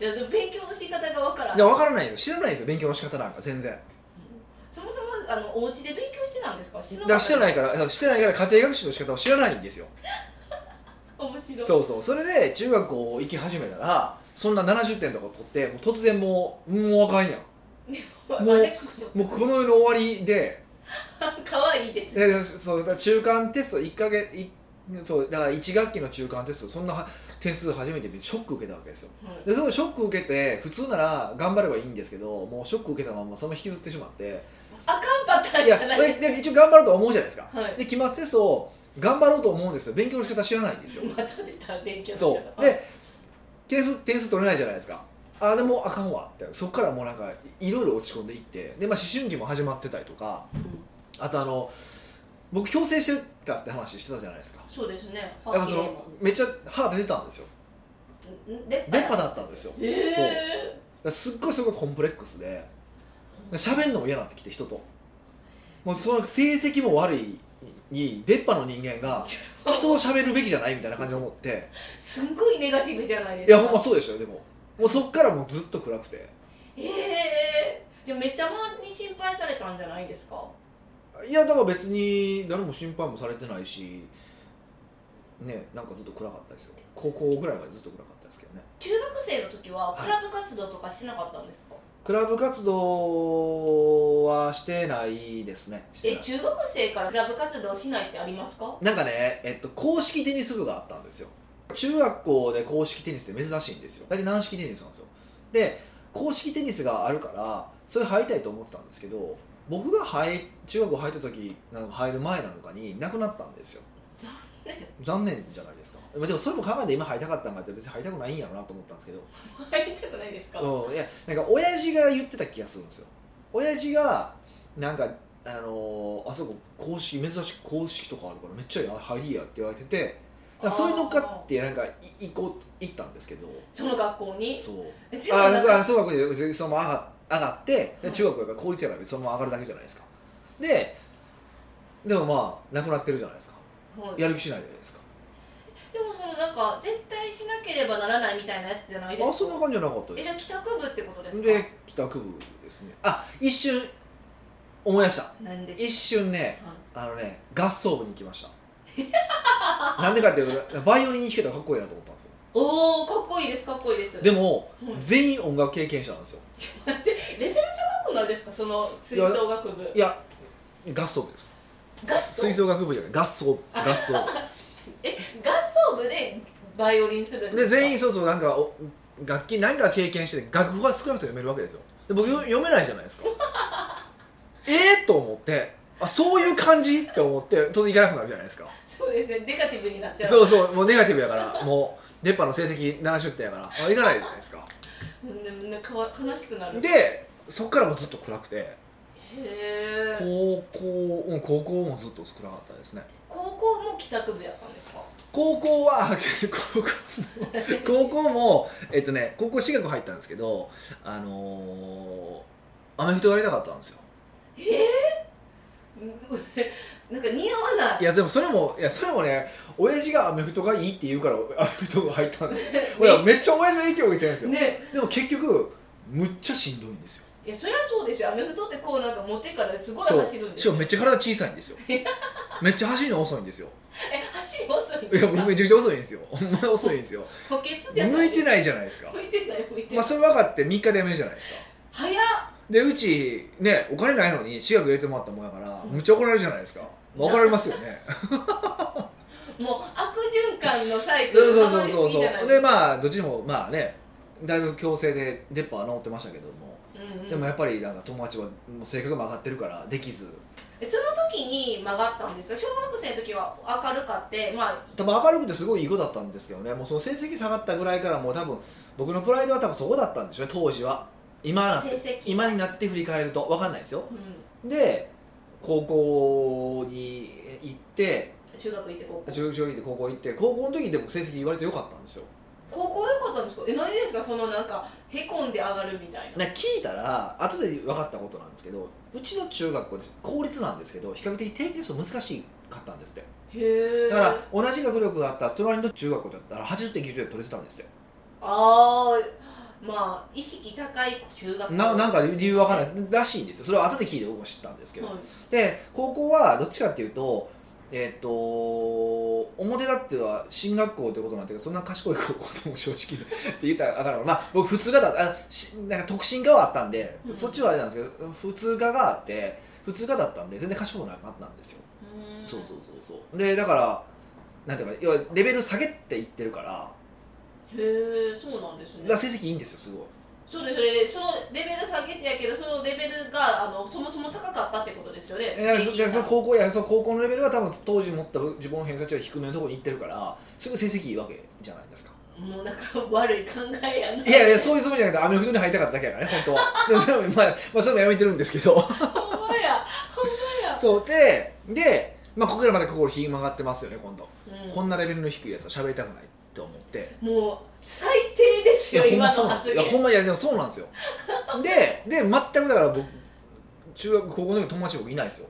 Speaker 2: いやでも勉強の仕方がわからん
Speaker 1: いや分からないよ知らないんですよ勉強の仕方なんか全然
Speaker 2: そもそもあのお家で勉強してたんですかし
Speaker 1: だからして
Speaker 2: い
Speaker 1: ないからだからしてないから家庭学習の仕方を知らないんですよ
Speaker 2: 面白い
Speaker 1: そうそうそれで中学校行き始めたらそんな70点とか取ってもう突然もうもうあかんやん
Speaker 2: まあ
Speaker 1: もう
Speaker 2: ね
Speaker 1: もうこの世の終わりで
Speaker 2: 可愛いですね
Speaker 1: でそうだから中間テスト1か月いそうだから1学期の中間テストそんなは点数初めて見てショック受けたわけですよ
Speaker 2: うん
Speaker 1: でそのショック受けて普通なら頑張ればいいんですけどもうショック受けたままそのまま引きずってしまって
Speaker 2: あかんパターン
Speaker 1: い
Speaker 2: じ
Speaker 1: や
Speaker 2: ゃない
Speaker 1: で一応頑張ろうとは思うじゃないですか
Speaker 2: はい
Speaker 1: で期末テストを頑張ろうと思うんですよ勉強の仕方知らないんですよ
Speaker 2: また出た勉強
Speaker 1: そうで点数点数取れないじゃないですかあでもあかんわってそっからもうなんかいろいろ落ち込んでいってで、まあ、思春期も始まってたりとか
Speaker 2: うん
Speaker 1: あとあの僕矯正してるかって話してたじゃないですか
Speaker 2: そうですね
Speaker 1: だからそのめっちゃ歯出てたんですよ
Speaker 2: ん出っ
Speaker 1: 出っ歯だったんですよだか
Speaker 2: へ
Speaker 1: そう
Speaker 2: え
Speaker 1: らすっごいすごいコンプレックスで喋るのも嫌になってきて人ともうその成績も悪いに出っ歯の人間が人を喋るべきじゃないみたいな感じで思って
Speaker 2: すんごいネガティブじゃないで
Speaker 1: い
Speaker 2: すか
Speaker 1: やほんまそうでしょでももうそっからもうずっと暗くて
Speaker 2: へえじゃあめっちゃ周りに心配されたんじゃないですか
Speaker 1: いやだから別に誰も心配もされてないしねなんかずっと暗かったですよ高校ぐらいまでずっと暗かったですけどね
Speaker 2: 中学生の時は
Speaker 1: はい
Speaker 2: クラブ活動とかしなかったんですか、
Speaker 1: クラブ活動はしてないですねして
Speaker 2: え
Speaker 1: ない
Speaker 2: 中学生からクラブ活動しないってありますか
Speaker 1: なんかね、えっと、公式テニス部があったんですよ中学校で公式テニスって珍しいんですよ大体軟式テニスなんですよで公式テニスがあるからそれ入りたいと思ってたんですけど僕が入中学校入った時なんか入る前なのかになくなったんですよ
Speaker 2: 残念
Speaker 1: 残念じゃないですかまあでもそれも考えて今入りたかったんかって別に入りたくないんやろうなと思ったんですけど
Speaker 2: 入りたくないですか、
Speaker 1: うん、いやなんか親父が言ってた気がするんですよ親父がなんかあのーあそこ公式珍しく公式とかあるからめっちゃ入りやって言われててだからそういうのかってなんかい行こう行ったんですけど
Speaker 2: その学校に
Speaker 1: そう
Speaker 2: え違う
Speaker 1: あ
Speaker 2: な
Speaker 1: そ
Speaker 2: ん
Speaker 1: う
Speaker 2: か
Speaker 1: あそう学校でそのまま上が上がってで中学やから公立やから別にそのまま上がるだけじゃないですかででもまあなくなってるじゃないですか
Speaker 2: はい
Speaker 1: やる気しないじゃないですか
Speaker 2: でもそのなんか絶対しなければならないみたいなやつじゃないですか
Speaker 1: あそんな感じじゃなかった
Speaker 2: え
Speaker 1: で
Speaker 2: じゃあ帰宅部ってことです
Speaker 1: す
Speaker 2: か
Speaker 1: で帰宅部ですねあ一瞬思い出した
Speaker 2: なんです
Speaker 1: 一瞬ね
Speaker 2: か
Speaker 1: あのね合奏部に行きましたなんでかっていうとバイオリン弾けたらかっこいいなと思ったんですよ
Speaker 2: おおかっこいいですかっこいいです
Speaker 1: で
Speaker 2: も
Speaker 1: も、
Speaker 2: うん
Speaker 1: 全員音楽経験者なんですよ
Speaker 2: レベル高くないですかその吹奏楽部
Speaker 1: いや合奏部です
Speaker 2: 合奏
Speaker 1: 吹奏楽部じゃない合奏部合奏
Speaker 2: え合奏部でバイオリンするん
Speaker 1: 部
Speaker 2: で
Speaker 1: です
Speaker 2: か
Speaker 1: 全員そうそうなんかお楽器何か経験してて楽譜は少なくとも読めるわけですよで僕よ読めないじゃないですかええと思ってあそういう感じって思って当然行かなくなるじゃないですか
Speaker 2: そうですねネガティブになっちゃう
Speaker 1: そうそうもうネガティブやからもう熱波の成績70点やからあ行かないじゃないですか
Speaker 2: うんねかわ悲しくなるへ
Speaker 1: でそっからもずっと暗くて
Speaker 2: え
Speaker 1: 高校うん高校もずっと暗かったですね
Speaker 2: 高校も帰宅部やったんですか
Speaker 1: 高校は 高校高校もえっとね高校私学入ったんですけどあのー、アメフトやりたかったんですよ
Speaker 2: えー、 なんか似合わない
Speaker 1: いやでもそれもいやそれもね親父がアメフトがいいって言うからアメフトが入ったんです俺はめっちゃ親父の影響を受けてるんですよ、
Speaker 2: ね
Speaker 1: でも結局むっちゃしんどいんですよ
Speaker 2: いやそりゃそうでしょアメフトってこうなんか持ってからすごい走る
Speaker 1: う
Speaker 2: んで
Speaker 1: しか
Speaker 2: すよ
Speaker 1: もめっちゃ体小さいんですよめっちゃ走るの遅いんですよ
Speaker 2: え走り遅いん
Speaker 1: い
Speaker 2: で
Speaker 1: や
Speaker 2: すか
Speaker 1: 僕めちゃくちゃ遅いんですよほんまに遅いんですよ
Speaker 2: 補欠じゃない
Speaker 1: 向いて
Speaker 2: い
Speaker 1: ないじゃないですか
Speaker 2: 向いてない向いてない、
Speaker 1: まあそれ分かって3日でやめるじゃないですか
Speaker 2: 早っ
Speaker 1: でうちねお金ないのに私学入れてもらったもんやから
Speaker 2: うん
Speaker 1: むっちゃ怒られるじゃないですか、まあ怒られますよね
Speaker 2: もう悪循環のサイク
Speaker 1: そう
Speaker 2: ル
Speaker 1: そうそうそう
Speaker 2: たまりすぎじゃな
Speaker 1: そ
Speaker 2: いう
Speaker 1: でまあどっちもまあねだいぶ強制で出っ歯は治ってましたけども
Speaker 2: うんうん
Speaker 1: でもやっぱりなんか友達はもう性格も上がってるからできず
Speaker 2: えその時に曲がったんですか小学生の時は明るかってまあ
Speaker 1: 多分明るくてすごいいい子だったんですけどねもうその成績下がったぐらいからもう多分僕のプライドは多分そこだったんでしょうね当時は今な
Speaker 2: 成績
Speaker 1: 今になって振り返ると分かんないですよ
Speaker 2: うん
Speaker 1: で高校に行って
Speaker 2: 中学行って高校
Speaker 1: 中学院で高校行って高校の時で僕成績言われてよかったんですよ
Speaker 2: 高校良かったんですかえ何でですかそのなんかへこんで上がるみたいな
Speaker 1: な聞いたら後で分かったことなんですけどうちの中学校です公立なんですけど比較的定期テスト難しかったんですって
Speaker 2: へえ
Speaker 1: だから同じ学力があった隣の中学校だったら80点90点取れてたんですよ
Speaker 2: ああまあ意識高い中学
Speaker 1: ななん
Speaker 2: か
Speaker 1: か理由分からないらしいんですよそれは後で聞いて僕も知ったんですけど、で高校はどっちかっていうとえーっ、と表だっては進学校ってことなんだけどそんな賢い高校でも正直 って言ったらあかんのかなまあ僕普通科だったあしなんか特進科はあったんで、
Speaker 2: うん
Speaker 1: そっちはあれなんですけど普通科があって普通科だったんで全然賢くなかったんですよ、そうそうそうそうでだからなんていうか要はレベル下げっていってるから
Speaker 2: うへえそうなんです
Speaker 1: だ
Speaker 2: ね
Speaker 1: から成績いいんですよすごい
Speaker 2: そうですそれそのレベル下げてやけどそのレベルがあのそもそも高かったってことですよね
Speaker 1: えだからそ
Speaker 2: 平均
Speaker 1: じゃあその
Speaker 2: が
Speaker 1: 高校いやその高校のレベルは多分当時持った自分の偏差値は低めのところに行ってるからすぐ成績いいわけじゃないですか
Speaker 2: もうなんか悪い考えやない
Speaker 1: いやいやそういうつもりじゃなくてアメフトに入りたかっただけやからね本当はでもそれもまあ、まあ、それもやめてるんですけど
Speaker 2: ほんまや
Speaker 1: そうでで、まあ、ここからまた心ひ曲がってますよね今度、
Speaker 2: うん
Speaker 1: こんなレベルの低いやつは喋りたくないって思って
Speaker 2: もう最低です
Speaker 1: いや
Speaker 2: よ
Speaker 1: ほんま
Speaker 2: 今
Speaker 1: そう
Speaker 2: の
Speaker 1: なんです
Speaker 2: 発
Speaker 1: よい
Speaker 2: 言
Speaker 1: やほんまいやでもそうなんですよでで全くだから僕中学高校の時友達僕いないですよ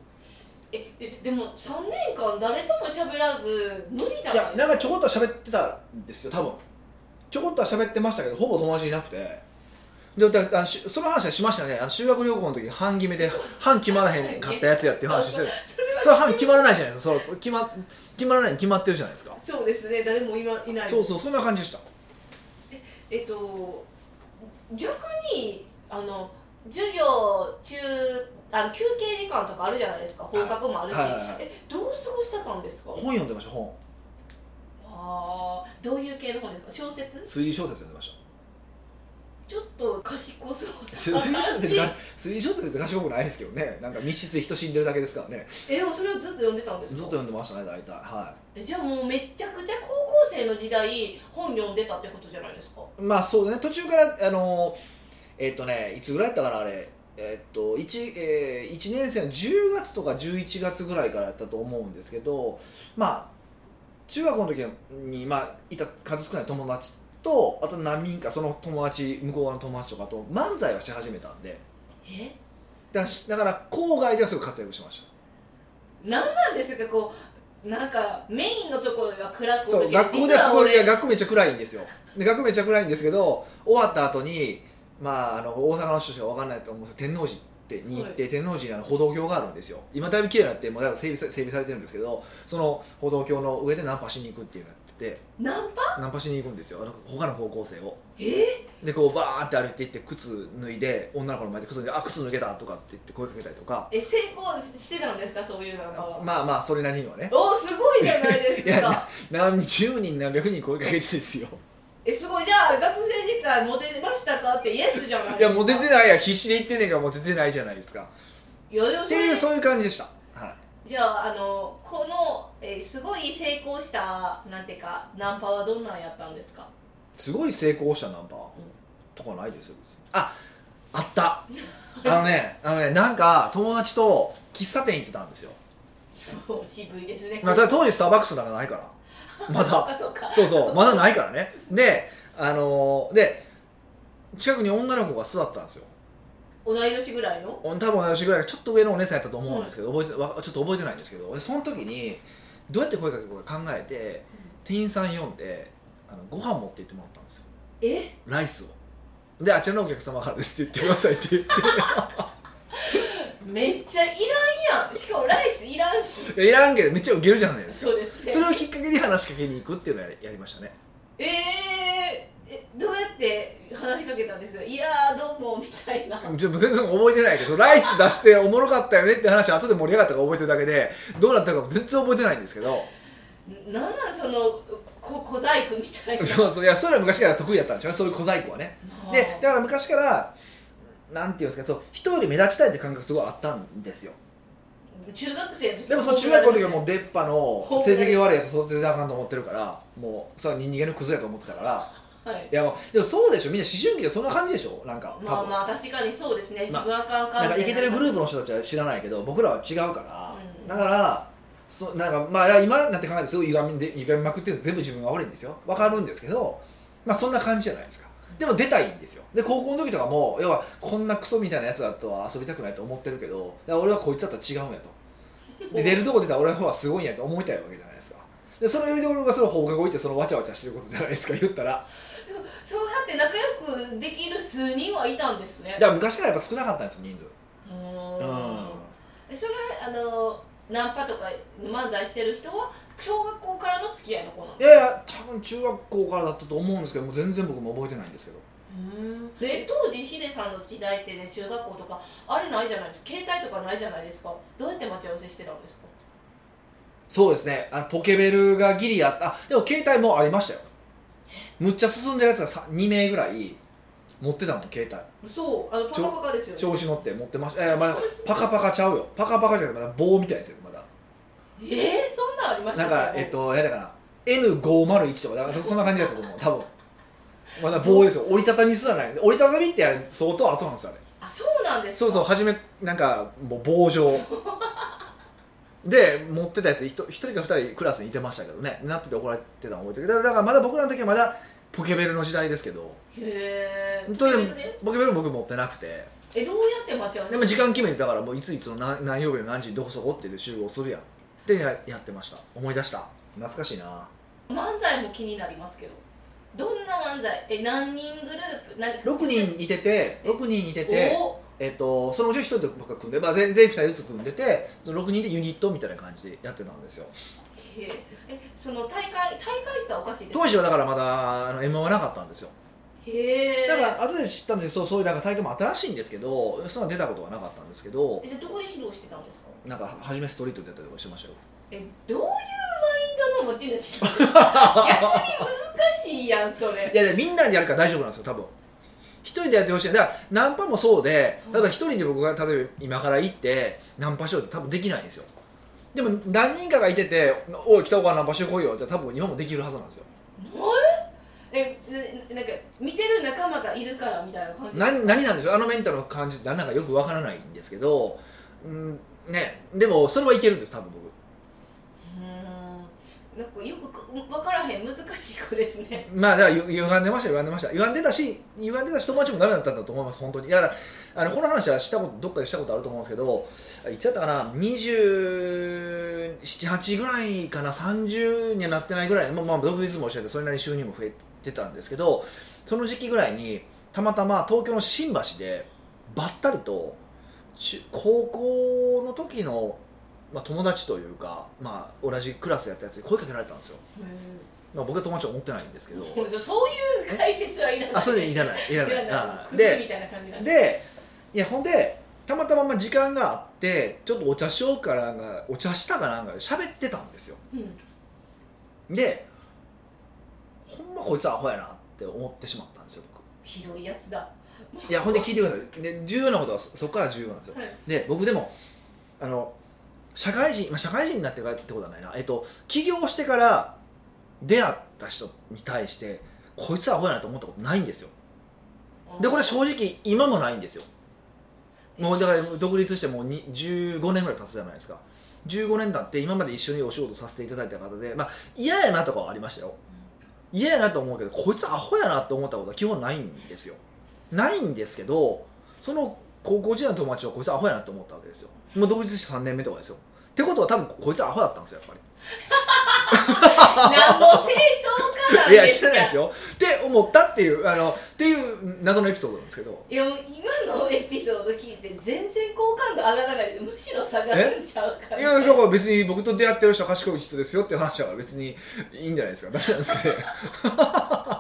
Speaker 2: ええでも3年間誰とも喋らず無理じゃ
Speaker 1: いや
Speaker 2: ない
Speaker 1: なんかちょこっとは喋ってたんですよ多分ちょこっとは喋ってましたけどほぼ友達いなくてでだあのしその話はしましたねあの修学旅行の時半決めで半決まらへんかったやつやっていう話してる
Speaker 2: それは
Speaker 1: それは半決まらないじゃないですかその決ま決まらないに決まってるじゃないですか
Speaker 2: そうですね誰も今いない
Speaker 1: そうそうそんな感じでした
Speaker 2: えっと逆にあの授業中あの休憩時間とかあるじゃないですか放課後もあるし、
Speaker 1: はいはいはい
Speaker 2: えどう過ごしてたんですか
Speaker 1: 本読んでました本
Speaker 2: あーどういう系の本ですか小説
Speaker 1: 推理小説読んでまし
Speaker 2: ちょっと賢そう
Speaker 1: た推理小説別に推理小説別に賢くないですけどねなんか密室で人死んでるだけですからね
Speaker 2: えでもそれをずっと読んでたんです
Speaker 1: ず
Speaker 2: か
Speaker 1: っと読んでましたね大体は
Speaker 2: えじゃあもうめっちゃくちゃ高校生の時代本読んでたってことじゃないですか
Speaker 1: いまあそうね途中からあのえっ、とねいつぐらいやったかなあれえっと 1, えー、1年生の10月とか11月ぐらいからやったと思うんですけどまあ中学校の時に、まあ、いた数少ない友達とあと何人かその友達向こう側の友達とかと漫才をし始めたんで
Speaker 2: え
Speaker 1: だしだから郊外ではすごい活躍しまし
Speaker 2: なんなんですかこうなんかメインのところが暗
Speaker 1: た
Speaker 2: く
Speaker 1: そう
Speaker 2: けど
Speaker 1: 学校ではすごいい
Speaker 2: 実
Speaker 1: や
Speaker 2: は俺
Speaker 1: 学校めっちゃ暗いんですよで学校めっちゃ暗いんですけど終わった後にまああの大阪の人しか分かんないと思うんですけど天王寺ってに行って、天王寺にあの歩道橋があるんですよ今だいぶ綺麗になってもうだいぶ整備さ整備されてるんですけどその歩道橋の上でナンパしに行くっていうのやってて
Speaker 2: ナンパ
Speaker 1: ナンパしに行くんですよあの他の高校生を
Speaker 2: え
Speaker 1: でこうバーって歩いていって靴脱いで女の子の前で靴脱いで「あ靴脱げた」とかって言って声かけたりとか
Speaker 2: え成功してたんですかそういうナンパは、
Speaker 1: まあまあそれなりにはね
Speaker 2: おすごいじゃないです
Speaker 1: いや
Speaker 2: か
Speaker 1: 何十人何百人声かけてですよ
Speaker 2: えすごいじゃあ学生時代モテましたかってイエスじゃないですか
Speaker 1: いやモテてないや必死で言ってんねんからモテてないじゃないですか
Speaker 2: いやでも
Speaker 1: っ
Speaker 2: そ
Speaker 1: てい
Speaker 2: れ
Speaker 1: うそういう感じでしたはい
Speaker 2: じゃああのこの、えーすごい成功したなんていうかナンパはどんなんやったんですか
Speaker 1: すごい成功したナンパとかないですよ別にああったあのねあのねなんか友達と喫茶店行ってたんですよ、
Speaker 2: そう渋いですね
Speaker 1: まあ、ただ当時スターバックスなんかないからま
Speaker 2: そう
Speaker 1: だ
Speaker 2: かそうか
Speaker 1: そうそうまだないからねであのーで近くに女の子が座ったんですよ
Speaker 2: 同い年ぐらいの
Speaker 1: 多分同じぐらいちょっと上のお姉さんやったと思うんですけど、覚えてわちょっと覚えてないんですけどでその時にどうやって声かけようか考えて店員さん呼んであのご飯持って行ってもらったんですよ
Speaker 2: え
Speaker 1: ライスをであちらのお客様からですって言ってくださいって言って
Speaker 2: めっちゃいらんやんしかもライスいらんし
Speaker 1: いやいらんけどめっちゃウケるじゃないですか
Speaker 2: そうですね
Speaker 1: それをきっかけに話しかけに行くっていうのをやりやりましたね
Speaker 2: えーえどうやって話しかけたんですかいやーどうもみたいな
Speaker 1: ちょっと全然覚えてないけどライス出しておもろかったよねって話は後で盛り上がったか覚えてるだけでどうなったかも全然覚えてないんですけど
Speaker 2: なんなんそのこ小細工みたいな
Speaker 1: そうそういやそれは昔から得意だったんでしょうねそういう小細工はね
Speaker 2: まあ
Speaker 1: でだから昔からなんていうんですかそう人より目立ちたいって感覚すごいあったんですよ
Speaker 2: 中学生の時
Speaker 1: でもその中学校の時はもう出っ歯の成績悪いやつ育ててあかんと思ってるからもうそれは人間のクズやと思ってたから
Speaker 2: はい
Speaker 1: いやもうでもそうでしょみんな思春期でそんな感じでしょなんか多分、
Speaker 2: まあまあ確かにそうですね自
Speaker 1: まあ
Speaker 2: 分はかんか
Speaker 1: なんかイ
Speaker 2: みた
Speaker 1: ケ
Speaker 2: い
Speaker 1: てるグループの人たちは知らないけど僕らは違うから、
Speaker 2: うん
Speaker 1: だからそなんかまあ今なんて考えてすごい歪みで歪みまくってるの全部自分が悪いんですよわかるんですけどまあそんな感じじゃないですかでも出たいんですよで高校の時とかも要はこんなクソみたいなやつだとは遊びたくないと思ってるけどだから俺はこいつだったら違うんやとで出るとこ出たら俺の方がすごいんやと思いたいわけじゃないですかでそのよりどころがその放課後行ってそのわちゃわちゃしてることじゃないですか言ったら
Speaker 2: そうやって仲良くできる数人はいたんですね
Speaker 1: だから昔からやっぱ少なかったんですよ人数
Speaker 2: うー
Speaker 1: うん
Speaker 2: んそれあのナンパとか漫才してる人は小学校からの付き合いの子なの
Speaker 1: いやいや多分中学校からだったと思うんですけどもう全然僕も覚えてないんですけどで
Speaker 2: で当時ヒデさんの時代ってね中学校とかあれないじゃないですか携帯とかないじゃないですかどうやって待ち合わせしてたんですか
Speaker 1: そうですねあのポケベルがギリあったあでも携帯もありましたよむっちゃ進んでるやつが2名ぐらい持ってたもん携帯
Speaker 2: そうあのパカパカですよね
Speaker 1: 調子乗って持ってました、えーまあ、パカパカちゃうよパカパカじゃなくてまだ棒みたいですよまだ
Speaker 2: えー、そんなんありました
Speaker 1: なんかえっとやだかな N501 とかだからそんな感じだったと思う多分まだ棒ですよ折りたたみすらない折りたたみってあれ相当後なんですよあれ
Speaker 2: あそうなんです
Speaker 1: そう
Speaker 2: か
Speaker 1: そう初めなんかもう棒 状で持ってたやつひと一人か二人クラスにいてましたけどねなってて怒られてたの覚えてるけどだからまだ僕らの時はまだポケベルの時代ですけど
Speaker 2: へえ
Speaker 1: 当然ポケベル僕持ってなくて
Speaker 2: えどうやって待ち合わせ
Speaker 1: でも時間決めてだからもういついつの何何曜日の何時にどこそこって言って集合するやんってややってました思い出した懐かしいな
Speaker 2: 漫才も気になりますけどどんな漫才え何人グループ何
Speaker 1: 6人いてて6人いてて、
Speaker 2: お
Speaker 1: えっと、そのうち1人で僕が組んで、まあ、全全員2人ずつ組んでてその6人でユニットみたいな感じでやってたんですよ
Speaker 2: へええその大会大会っておかしいです
Speaker 1: 当時はだからまだあの M はなかったんですよ
Speaker 2: へえ
Speaker 1: だから後で知ったんですけどそうそういうなんか大会も新しいんですけどそんな出たことはなかったんですけど
Speaker 2: えじゃあどこで披露してたんですか
Speaker 1: なんか初めストリートでやったりとかしてましたよ
Speaker 2: えどういうマインドの持ち主 逆に難しいやんそれ
Speaker 1: いやでみんなでやるから大丈夫なんですよ多分一人でやってほしいだからナンパもそうで例えば一人で僕が例えば今から行ってナンパしようって多分できないんですよでも何人かがいてて「おい北岡ナンパしてこいよ」って多分今もできるはずなんですよ
Speaker 2: ええななんか見てる仲間がいるからみたいな感じ
Speaker 1: 何何なんでしょうあのメンタルの感じって何なんかよくわからないんですけど、うんね、でもそれはいけるんです多分僕
Speaker 2: うーんなんかよくく分からへん難しい子ですね
Speaker 1: まあだからゆ歪んでました歪んでました歪んでたし歪んでたし友達もダメだったんだと思います本当にだからあのこの話はしたことどっかでしたことあると思うんですけどあいつやったかな278ぐらいかな30にはなってないぐらい、まあ、まあ独立もしててそれなりに収入も増えてたんですけどその時期ぐらいにたまたま東京の新橋でばったりと中高校の時の、まあ、友達というか、まあ、同じクラスやったやつに声かけられたんですよ、まあ、僕は友達は持ってないんですけど
Speaker 2: も うそそういう解説はいらな い
Speaker 1: あそういうのいらないいら
Speaker 2: い
Speaker 1: な
Speaker 2: らない
Speaker 1: いあ
Speaker 2: ク
Speaker 1: ー
Speaker 2: ズ
Speaker 1: で
Speaker 2: みたいな感じなんだ
Speaker 1: でいやほんでたまたままあ時間があってちょっとお茶しようかなんかお茶したかなんかで喋ってたんですよ
Speaker 2: うん
Speaker 1: でほんまこいつアホやなって思ってしまったんですよ
Speaker 2: ひどいやつだ
Speaker 1: 僕いやほんで聞いてくださいで重要なことはそそこから重要なんですよ
Speaker 2: はい
Speaker 1: で僕でもあの社会人、まあ、社会人になってからってことはないな、えっと、起業してから出会った人に対してこいつはアホやなと思ったことないんですよでこれ正直今もないんですよもうだから独立してもうに15年ぐらい経つじゃないですか15年経って今まで一緒にお仕事させていただいた方でまあ嫌やなとかはありましたよ嫌やなと思うけどこいつアホやなと思ったことは基本ないんですよないんですけどその高校時代の友達はこいつアホやなと思ったわけですよもう独立して3年目とかですよってことは多分こいつアホだったんですよやっぱり
Speaker 2: なんぼ正当化な ん
Speaker 1: いや
Speaker 2: です
Speaker 1: 知
Speaker 2: から
Speaker 1: ないですよって思ったっていうあのっていう謎のエピソードなんですけど
Speaker 2: いやもう今のエピソード聞いて全然好感度上がらないですむしろ下がるんちゃうか
Speaker 1: い
Speaker 2: ら
Speaker 1: やだから別に僕と出会ってる人は賢い人ですよっていう話は別にいいんじゃないですかダメなんですかね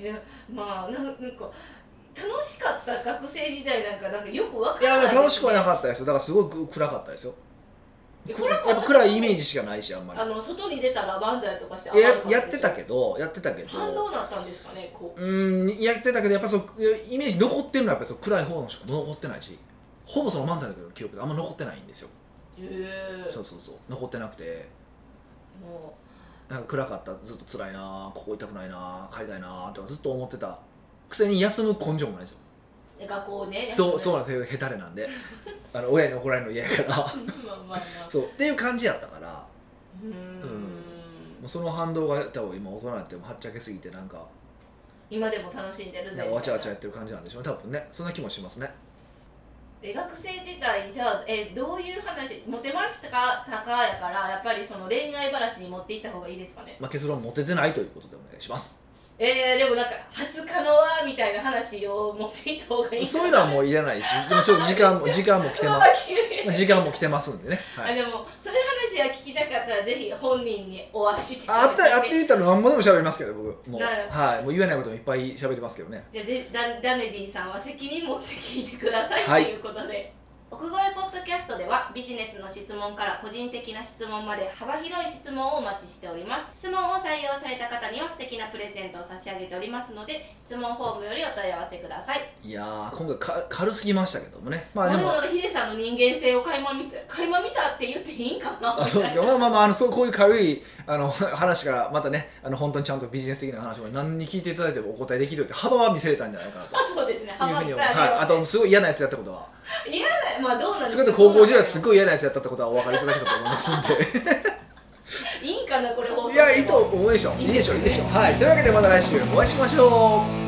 Speaker 2: いやまあなんなんか楽しかった学生時代なんかなんかよくわ か
Speaker 1: いや
Speaker 2: らない
Speaker 1: 楽しくはなかったですよだからすごく暗かったですよ
Speaker 2: え
Speaker 1: や
Speaker 2: 暗かった
Speaker 1: っぱ暗いイメージしかないしあんま
Speaker 2: あの外に出たら万歳とかして
Speaker 1: りいや
Speaker 2: 暴れ
Speaker 1: やってた
Speaker 2: け
Speaker 1: けどやってたけど
Speaker 2: 反動だったんですかねこう
Speaker 1: うんやってたけどやっぱそうイメージ残ってるのはやっぱそう暗い方のしか残ってないしほぼその漫才の時の記憶であんま残ってないんですよ
Speaker 2: へえ
Speaker 1: そうそうそう残ってなくて
Speaker 2: も
Speaker 1: なんか暗かったずっと辛いなここ痛くないな帰りたいなとかずっと思ってたくせに休む根性もないですよ
Speaker 2: うえ学校ね
Speaker 1: そうそう
Speaker 2: う
Speaker 1: なんですよ下手れなんであの親に怒られるの嫌やから
Speaker 2: まあまあまあ
Speaker 1: そうっていう感じやったから
Speaker 2: うーん
Speaker 1: もうその反動が多分今大人になってもはっちゃけすぎてなんか
Speaker 2: 今でも楽しんでるぜ
Speaker 1: なんかわちゃわちゃやってる感じなんでしょうね多分ねそんな気もしますね
Speaker 2: え学生時代じゃあえどういう話モテましたかたかやからやっぱりその恋愛話に持っていった方がいいですかね
Speaker 1: まあ結論モテてないということでお願いします
Speaker 2: えー、でもなんか初可能はみたいな話を持っていった方がいい
Speaker 1: そういうのはも
Speaker 2: う
Speaker 1: ういらないしでもちょっと時間 も時間も来てますまあ時間も来てますんでね、は
Speaker 2: あ
Speaker 1: い、
Speaker 2: でもそういう話は聞きたかったらぜひ本人にお会いして
Speaker 1: ああったあって
Speaker 2: じゃ
Speaker 1: 言ったら何ぼでも喋りますけど僕もう,、
Speaker 2: なる
Speaker 1: はい、もう言えないこともいっぱい喋りますけどね
Speaker 2: あでダダネディさんは責任持って聞いてください、
Speaker 1: はい
Speaker 2: ということで奥越ポッドキャストではビジネスの質問から個人的な質問まで幅広い質問をお待ちしております質問を採用された方には素敵なプレゼントを差し上げておりますので質問フォームよりお問い合わせください
Speaker 1: いやー今回か軽すぎましたけどもねまあ
Speaker 2: で
Speaker 1: で
Speaker 2: も
Speaker 1: も
Speaker 2: なんかヒデさんの人間性を垣間見た垣間見たって言っていいんかな
Speaker 1: あそうですか、まあまあまあ、あのそうこういう軽いあの話から、またね、あの本当にちゃんとビジネス的な話も何に聞いていただいてもお答えできるよって幅は見せれたんじゃないかなと。
Speaker 2: あそうですね
Speaker 1: いうふうに思う
Speaker 2: 幅
Speaker 1: はい、あ
Speaker 2: 広
Speaker 1: とすごい嫌なやつやったことは、
Speaker 2: い嫌だまあどうなんですす
Speaker 1: ご
Speaker 2: か
Speaker 1: い高校時代す
Speaker 2: い
Speaker 1: ごい嫌なやつやったってことはお分かりいただけたと思いますんで、
Speaker 2: いいんかなこれ放送
Speaker 1: いや、いいと思うでしょ、いいでしょ、いいでしょ。はい、というわけでまた来週お会いしましょう。